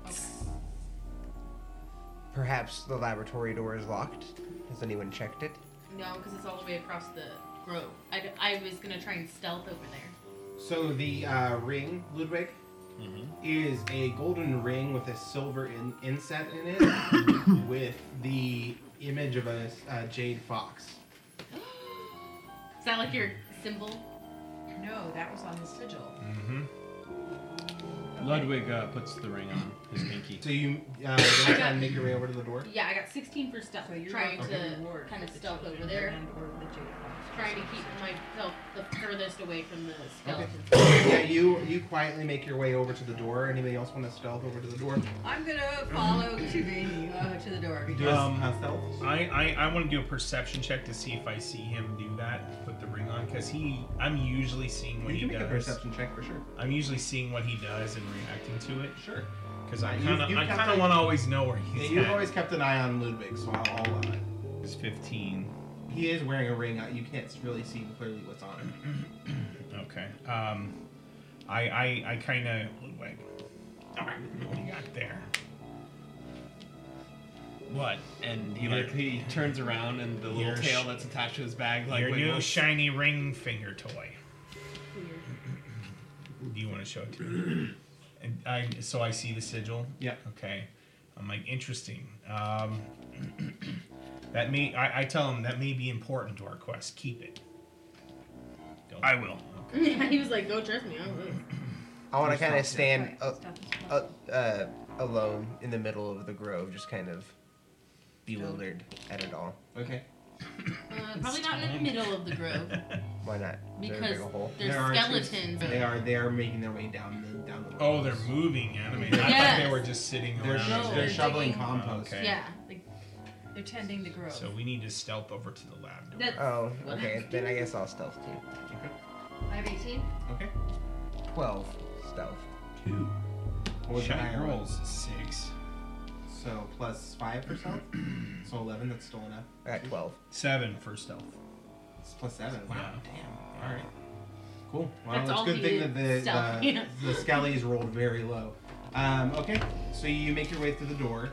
S2: Okay.
S5: Perhaps the laboratory door is locked. Has anyone checked it?
S2: No, because it's all the way across the grove. I, d- I was gonna try and stealth over <gasps> there.
S1: So the uh, ring, Ludwig, is a golden ring with a silver in- inset in it, with the image of a, uh jade fox.
S2: Is that like your symbol?
S6: No, that was on the sigil.
S4: Mm-hmm.
S3: Ludwig uh, puts the ring on his pinky.
S1: So you uh, you try and make your way over to the door.
S2: Yeah, I got 16 for stealth.
S6: So you're
S2: trying
S6: going
S2: to
S6: reward
S2: kind of
S6: the
S2: stealth over
S6: children
S2: there.
S6: and or the jade
S2: Trying to keep myself the furthest away from the
S1: Okay.
S2: skeletons. <laughs>
S1: yeah, you you quietly make your way over to the door. Anybody else want to stealth over to the door?
S6: I'm gonna follow to the uh, to the door.
S1: Do
S6: Because
S4: Um,
S1: a stealth.
S4: I I, I want to do a perception check to see if I see him do that. Put the ring on because he. I'm usually seeing what
S1: You can
S4: he
S1: make a
S4: does.
S1: perception check for sure.
S4: I'm usually seeing what he does and reacting to it. Sure. Because I
S1: You've-
S4: kind of
S1: you've
S4: I
S1: kept
S4: kind of
S1: a-
S4: want to always know where
S1: Yeah,
S4: he's
S1: you've
S4: at.
S1: always kept an eye on Ludwig, so I'll, I'll allow it.
S4: It's 15.
S1: He is wearing a ring. uh, You can't really see clearly what's on it.
S4: Okay. Um, I I, I kind of Ludwig. All right, what do you got there? What?
S3: And he
S4: Your-
S3: like he turns around and the
S4: your
S3: little
S4: sh-
S3: <laughs> tail that's attached to his bag like
S4: Your new
S3: wiggles.
S4: shiny ring finger toy.
S2: Weird.
S4: Do you want to show it to me? <clears throat> And I, so I see the sigil.
S1: Yeah.
S4: Okay. I'm like, interesting. Um, <clears throat> that may. I, I tell him that may be important to our quest. Keep it. Don't-
S9: I will.
S4: Okay.
S2: he was like, "No, trust me." I don't know."
S5: I want to kind of stand
S6: Alright,
S5: uh,
S6: stuff is
S5: uh,
S6: possible.
S5: uh, alone in the middle of the grove, just kind of bewildered at it all.
S1: Okay.
S2: Uh, probably not in the middle of the
S5: <laughs>
S2: grove
S5: Why not? Is there a
S2: because
S5: bigger hole?
S2: there's
S1: are
S2: skeletons.
S1: They are. They are making their way down the down the. Road.
S4: Oh, they're moving animated. I thought they
S2: Yes.
S4: were just sitting
S1: They're,
S4: around.
S2: No,
S1: they're,
S2: they're
S1: shoveling
S2: digging-
S1: compost.
S4: Okay.
S2: Yeah, like
S6: They're tending the grove.
S4: So we need to stealth over to the lab. door.
S2: that's.
S5: Oh,
S2: what
S5: okay.
S2: happened.
S5: Then I guess I'll stealth too.
S6: I have 18.
S1: Okay.
S5: Twelve stealth.
S4: Two.
S1: What was the
S4: Shiny
S1: higher one?
S4: rolls six,
S1: So plus five for stealth. so eleven. That's still enough.
S5: I got twelve.
S4: seven for stealth.
S1: It's plus seven. Wow.
S4: Yeah.
S1: Damn. All right. Cool. Well,
S2: That's
S1: it's
S2: all
S1: a good
S2: he
S1: thing
S2: did,
S1: that the
S2: stealth, yeah. <laughs>
S1: the, the skellies rolled very low. Um, okay. So you make your way through the door.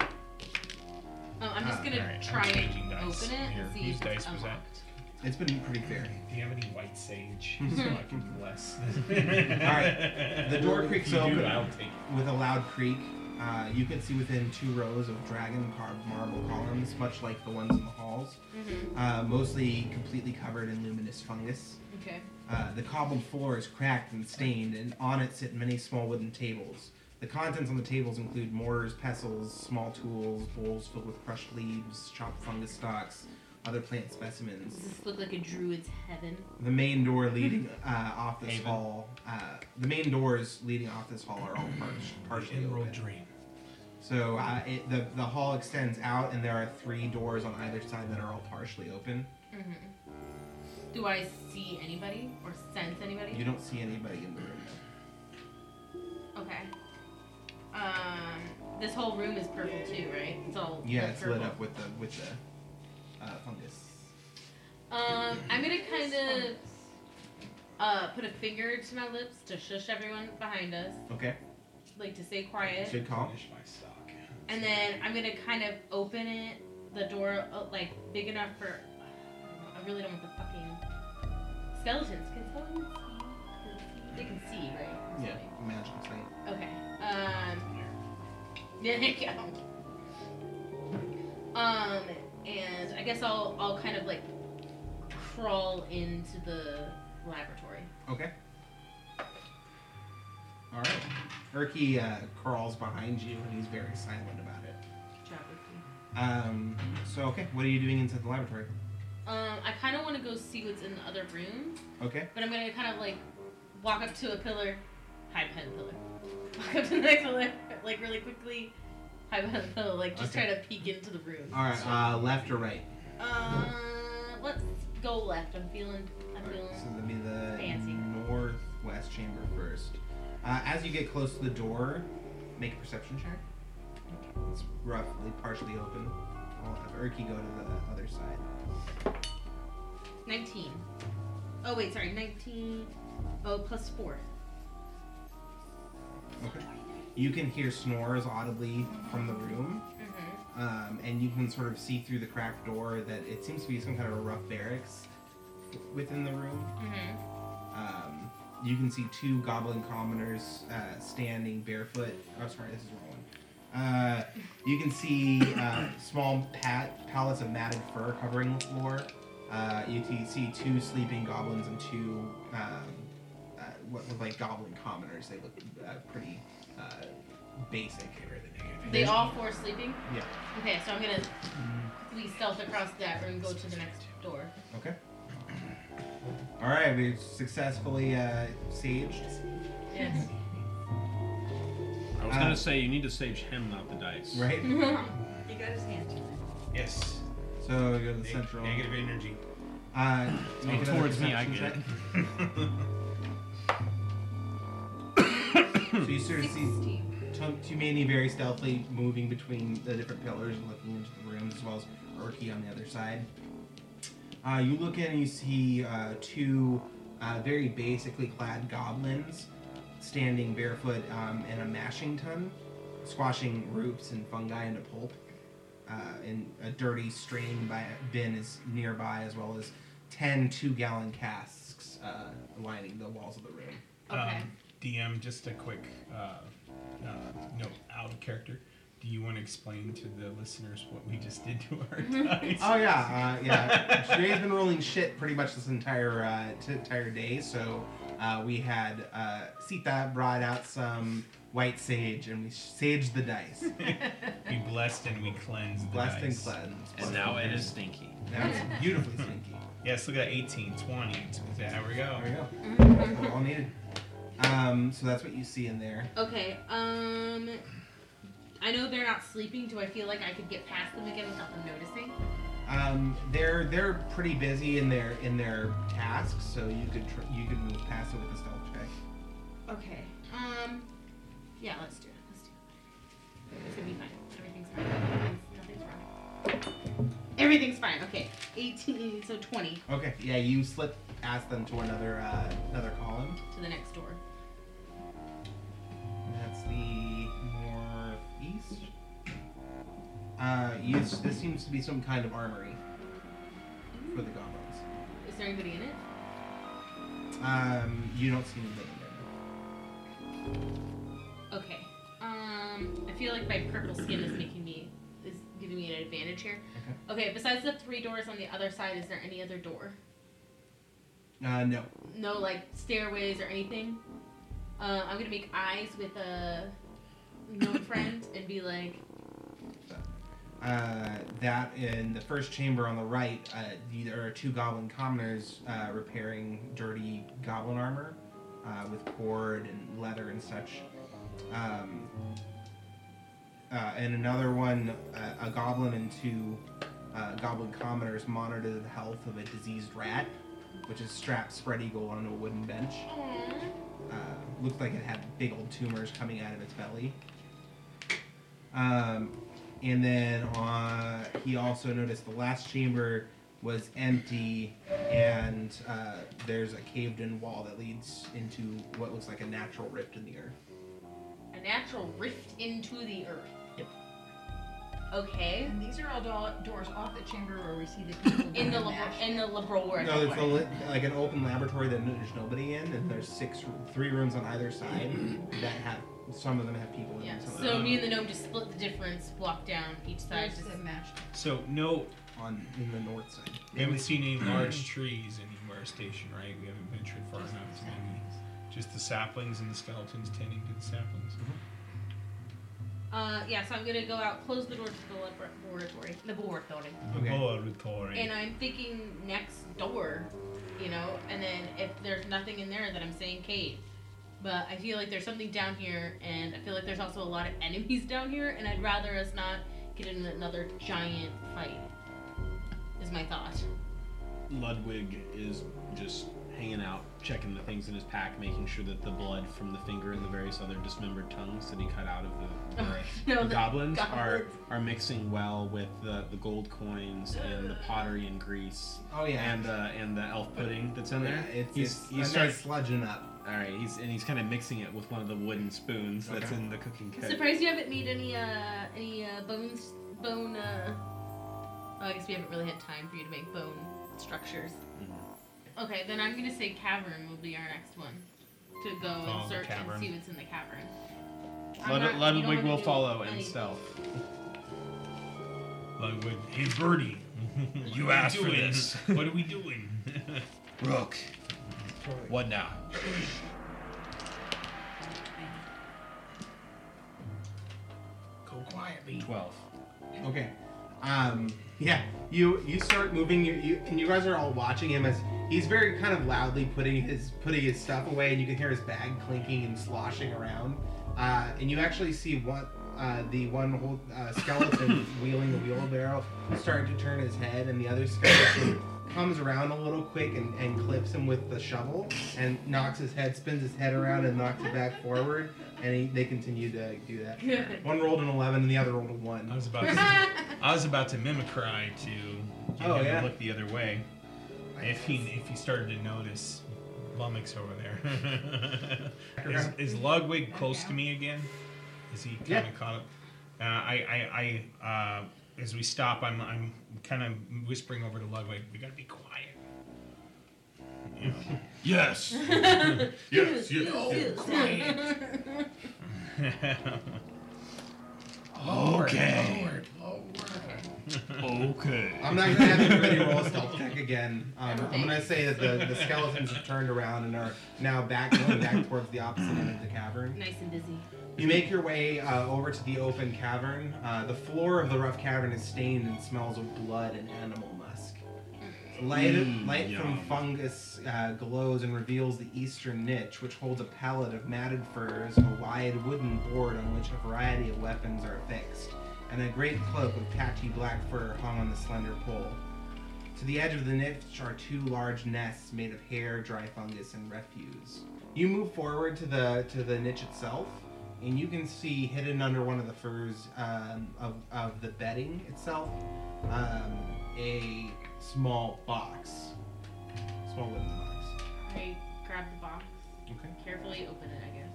S2: Um, I'm just
S1: Ah,
S2: gonna
S4: alright, I'm
S2: try and
S4: changing dice.
S2: open it
S4: Here,
S2: and see if
S4: whose
S2: it's
S4: dice was that?
S2: unlocked.
S1: It's been pretty fair.
S4: Do you have any white
S1: <laughs>
S4: sage? so I can bless. All
S1: right,
S4: <laughs>
S1: the door creaks
S4: if you
S1: open.
S4: Do, I'll take it.
S1: With a loud creak, uh, you can see within two rows of dragon carved marble columns, much like the ones in the halls,
S2: Mm-hmm.
S1: uh, mostly completely covered in luminous fungus.
S2: Okay.
S1: Uh, the cobbled floor is cracked and stained, and on it sit many small wooden tables. The contents on the tables include mortars, pestles, small tools, bowls filled with crushed leaves, chopped fungus stalks, other plant specimens.
S2: Does this look like a druid's heaven?
S1: The main door leading uh, off this
S4: Haven.
S1: hall, uh, the main doors leading off this hall are all par- partially
S4: Emerald
S1: open.
S4: Dream.
S1: So uh, it, the the hall extends out, and there are three doors on either side that are all partially open.
S2: Do I see anybody or sense anybody?
S1: You don't see anybody in the room.
S2: Okay. Um, this whole room is purple too, right? It's all
S1: Yeah,
S2: like,
S1: it's
S2: purple.
S1: lit up with the with the uh, fungus.
S2: Um, I'm gonna kind of uh put a finger to my lips to shush everyone behind us,
S1: Okay,
S2: like to stay quiet.
S1: good call.
S4: Finish my stock.
S2: And then I'm gonna kind of open it, the door, uh, like big enough for. I really don't want the fucking skeletons. Can skeletons see? They can see, right?
S1: Yeah, magic thing.
S2: Okay. Um. There you go. Um, and I guess I'll I'll kind of like crawl into the laboratory.
S1: Okay. All right. Erky uh, crawls behind you, and he's very silent about it.
S2: Chat with you.
S1: Um. So okay, what are you doing inside the laboratory?
S2: Um, I kind of want to go see what's in the other room,
S1: Okay.
S2: but I'm gonna kind of like walk up to a pillar, hide behind the pillar, <laughs> walk up to the next pillar, like really quickly, hide behind the pillar, like just
S1: Okay.
S2: try to peek into the room.
S1: All right. Uh, left or right?
S2: Uh, let's go left. I'm feeling. I'm
S1: Alright,
S2: feeling.
S1: So that'd be the
S2: Fancy.
S1: northwest chamber first. Uh, as you get close to the door, make a perception check. It's roughly partially open. I'll have Erky go to the other side.
S2: 19. Oh, wait, sorry, 19. Oh, plus 4.
S1: Okay. You can hear snores audibly from the room,
S2: Mm-hmm.
S1: um, and you can sort of see through the cracked door that it seems to be some kind of a rough barracks within the room.
S2: Mm-hmm.
S1: Um, you can see two goblin commoners uh, standing barefoot. Oh, sorry, this is the wrong one. Uh, you can see uh, small pat- pallets of matted fur covering the floor. Uh, you can see two sleeping goblins and two um, uh, what look like goblin commoners. They look uh, pretty uh, basic.
S2: They all four sleeping?
S1: Yeah.
S2: Okay, so I'm gonna quickly stealth across that room, go to the next door.
S1: Okay. <clears throat> All right, we've successfully uh, saged.
S2: Yes.
S9: I was
S1: Uh,
S4: Ah.
S9: gonna say you need to save him, not the dice.
S1: Right.
S6: He got his hand to it.
S4: Yes.
S1: So we go to the
S4: Neg-
S1: central.
S4: Negative energy.
S1: Uh, make another
S9: Oh, towards me, I
S1: perception
S4: All
S1: check. so you sort of see
S2: 16.
S1: Tum- Tumani very stealthily moving between the different pillars and looking into the rooms, as well as Urki on the other side. Uh, you look in and you see uh, two uh, very basically clad goblins standing barefoot um, in a mashing tun, squashing roots and fungi into pulp. Uh, and a dirty strain by bin is nearby, as well as 10 two gallon casks uh, lining the walls of the room.
S2: Okay.
S4: Um, DM, just a quick uh, uh, note out of character. Do you want to explain to the listeners what we just did to
S2: <laughs>
S4: our dice?
S1: Oh yeah, uh, yeah. Today's been rolling shit pretty much this entire uh, t- entire day. So uh, we had uh, Sita brought out some white sage, and we saged the dice,
S4: We blessed and we cleansed the
S1: blessed and
S4: dice.
S1: cleansed.
S9: And now it is stinky.
S1: Now it's beautifully stinky.
S4: Yes, look at 18, 20. There we go.
S1: There we go. All needed. Um, so that's what you see in there.
S2: Okay. Um, I know they're not sleeping. Do I feel like I could get past them again without them noticing?
S1: Um, they're they're pretty busy in their in their tasks, so you could tr- you could move past it with a stealth check.
S2: Okay. Um, yeah, let's do it. Let's do it. It's gonna be fine. Everything's fine. Nothing's- Nothing's wrong. Everything's fine. Okay. 18, so 20
S1: Okay, yeah, you slip past them to another uh, another column.
S2: to the next door.
S1: And That's the northeast. Uh, you, this seems to be some kind of armory for the goblins.
S2: Is there anybody in it?
S1: Um, you don't see anything in
S2: Okay. Um, I feel like my purple skin is making me is giving me an advantage here. Okay. Besides the three doors on the other side, is there any other door?
S1: there. Uh, no.
S2: No, like stairways or anything. Uh, I'm gonna make eyes with a
S1: <coughs>
S2: known friend and be like,
S1: Uh, that in the first chamber on the right, uh, the- there are two goblin commoners uh, repairing dirty goblin armor uh, with cord and leather and such. Um, uh, and another one, uh, a goblin and two uh, goblin commoners monitor the health of a diseased rat, which is strapped spread eagle on a wooden bench.
S2: "Aw."
S1: Uh, looked like it had big old tumors coming out of its belly. Um, and then uh, he also noticed the last chamber was empty, and uh, there's a caved-in wall that leads into what looks like a natural rift in the earth.
S2: a natural rift into the earth. Okay.
S6: And these are all do- doors off the chamber where we see the people
S2: In the
S6: doing
S2: lab-
S6: mash.
S2: in the laboratory.
S1: No, it's a li- like an open laboratory that there's nobody in, and there's six, three rooms on either side that have some of them have people in.
S2: yeah.
S1: and Some of
S2: So
S1: them
S2: me and the gnome just split the difference, walk down each side.
S6: There's
S2: Just,
S6: the mash.
S4: So, no,
S1: on in the north side.
S4: we haven't
S1: <clears throat>
S4: seen any large trees anywhere station, right? We haven't ventured far enough to maybe. Just the saplings and the skeletons tending to the saplings.
S2: uh, yeah. So I'm gonna go out, close the door to the laboratory, the laboratory,
S1: Okay.
S4: Laboratory.
S2: and I'm thinking next door, you know. And then if there's nothing in there, then I'm saying cave. But I feel like there's something down here, and I feel like there's also a lot of enemies <laughs> down here, and I'd rather us not get in another giant fight. Is my thought.
S9: Ludwig is just hanging out, checking the things in his pack, making sure that the blood from the finger and the various other dismembered tongues that he cut out of the, the-
S2: Oh, No,
S9: the
S2: the
S9: goblins, are
S2: goblins.
S9: are mixing well with the, the gold coins and the pottery and grease
S1: Oh yeah,
S9: and the and the elf pudding that's in there.
S1: Yeah, it's,
S9: he's
S1: it's
S9: he
S1: a
S9: starts
S1: nice sludging up.
S9: all right. He's and he's kind of mixing it with one of the wooden spoons that's
S1: Okay.
S9: in the cooking
S2: I'm
S9: kit.
S2: surprised you haven't made any uh any uh bones bone uh oh, I guess we haven't really had time for you to make bone structures. Okay, then I'm gonna say cavern will be our next one. To go
S4: Follow
S2: and
S4: the
S2: search and
S4: cavern.
S2: see what's in the cavern. I'm
S9: Lud-
S2: not- you don't
S9: Ludwig
S2: wanna
S9: will
S2: do
S9: follow
S2: any-
S9: and stealth.
S4: Like with, hey, Birdie.
S9: You asked for this.
S4: <laughs> what are we doing?
S9: Rook, what now?
S4: Go quietly.
S9: Twelve.
S1: Okay. Um, yeah, you you start moving. You, you and you guys are all watching him as he's very kind of loudly putting his putting his stuff away, and you can hear his bag clinking and sloshing around. Uh, and you actually see what uh, the one whole uh, skeleton wheeling the wheelbarrow start to turn his head, and the other skeleton comes around a little quick and, and clips him with the shovel and knocks his head, spins his head around, and knocks it back forward. And he, they continue to do that.
S2: Good.
S1: One rolled an eleven, and the other rolled a one.
S4: I was about to, I was about to mimicry to get
S1: Oh,
S4: him
S1: yeah.
S4: to look the other way. If he if he started to notice Lummox over
S1: <laughs>
S4: there. is, is Ludwig close to me again? Is he kind
S1: Yeah.
S4: of caught up? Uh, I I, I uh, as we stop, I'm I'm kind of whispering over to Ludwig. We gotta be quiet. you know.
S3: <laughs> Yes. yes. Yes. Oh,
S4: okay.
S3: Lord, Lord.
S4: Okay.
S5: I'm not gonna have everybody roll a stealth check again. Um, I'm gonna say that the, the skeletons have turned around and are now back going back towards the opposite end of the cavern.
S2: Nice and busy.
S5: You make your way uh, over to the open cavern. Uh, the floor of the rough cavern is stained and smells of blood and animal musk. Light, light from fungus uh, glows and reveals the eastern niche, which holds a pallet of matted furs, a wide wooden board on which a variety of weapons are affixed, and a great cloak of patchy black fur hung on the slender pole. To the edge of the niche are two large nests made of hair, dry fungus, and refuse. You move forward to the to the niche itself, and you can see hidden under one of the furs um, of of the bedding itself um, a small box, small wooden box.
S2: I grab the box,
S5: Okay.
S2: carefully open it, I guess.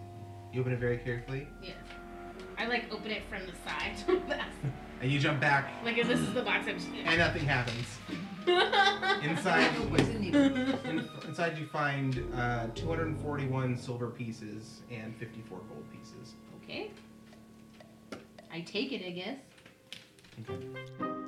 S5: You open it very carefully,
S2: Yeah. I like open it from the side. <laughs>
S5: and you jump back,
S2: like if this is the box I'm
S5: and nothing happens. Inside, <laughs> in, inside you find uh, 241 silver pieces and 54 gold pieces.
S2: okay. I take it, I guess.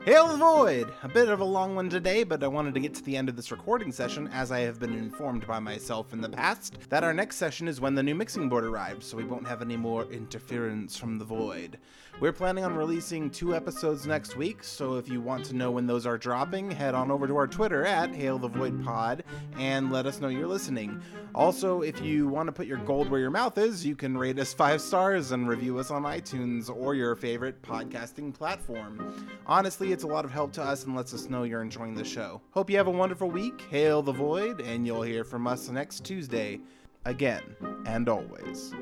S8: Hail the Void! A bit of a long one today, but I wanted to get to the end of this recording session as I have been informed by myself in the past that our next session is when the new mixing board arrives, so we won't have any more interference from the Void. We're planning on releasing two episodes next week, so if you want to know when those are dropping, head on over to our Twitter at Hail the Void Pod and let us know you're listening. Also, if you want to put your gold where your mouth is, you can rate us five stars and review us on iTunes or your favorite podcasting platform. Honestly, it's a lot of help to us and lets us know you're enjoying the show. Hope you have a wonderful week. Hail the Void, and you'll hear from us next Tuesday again and always.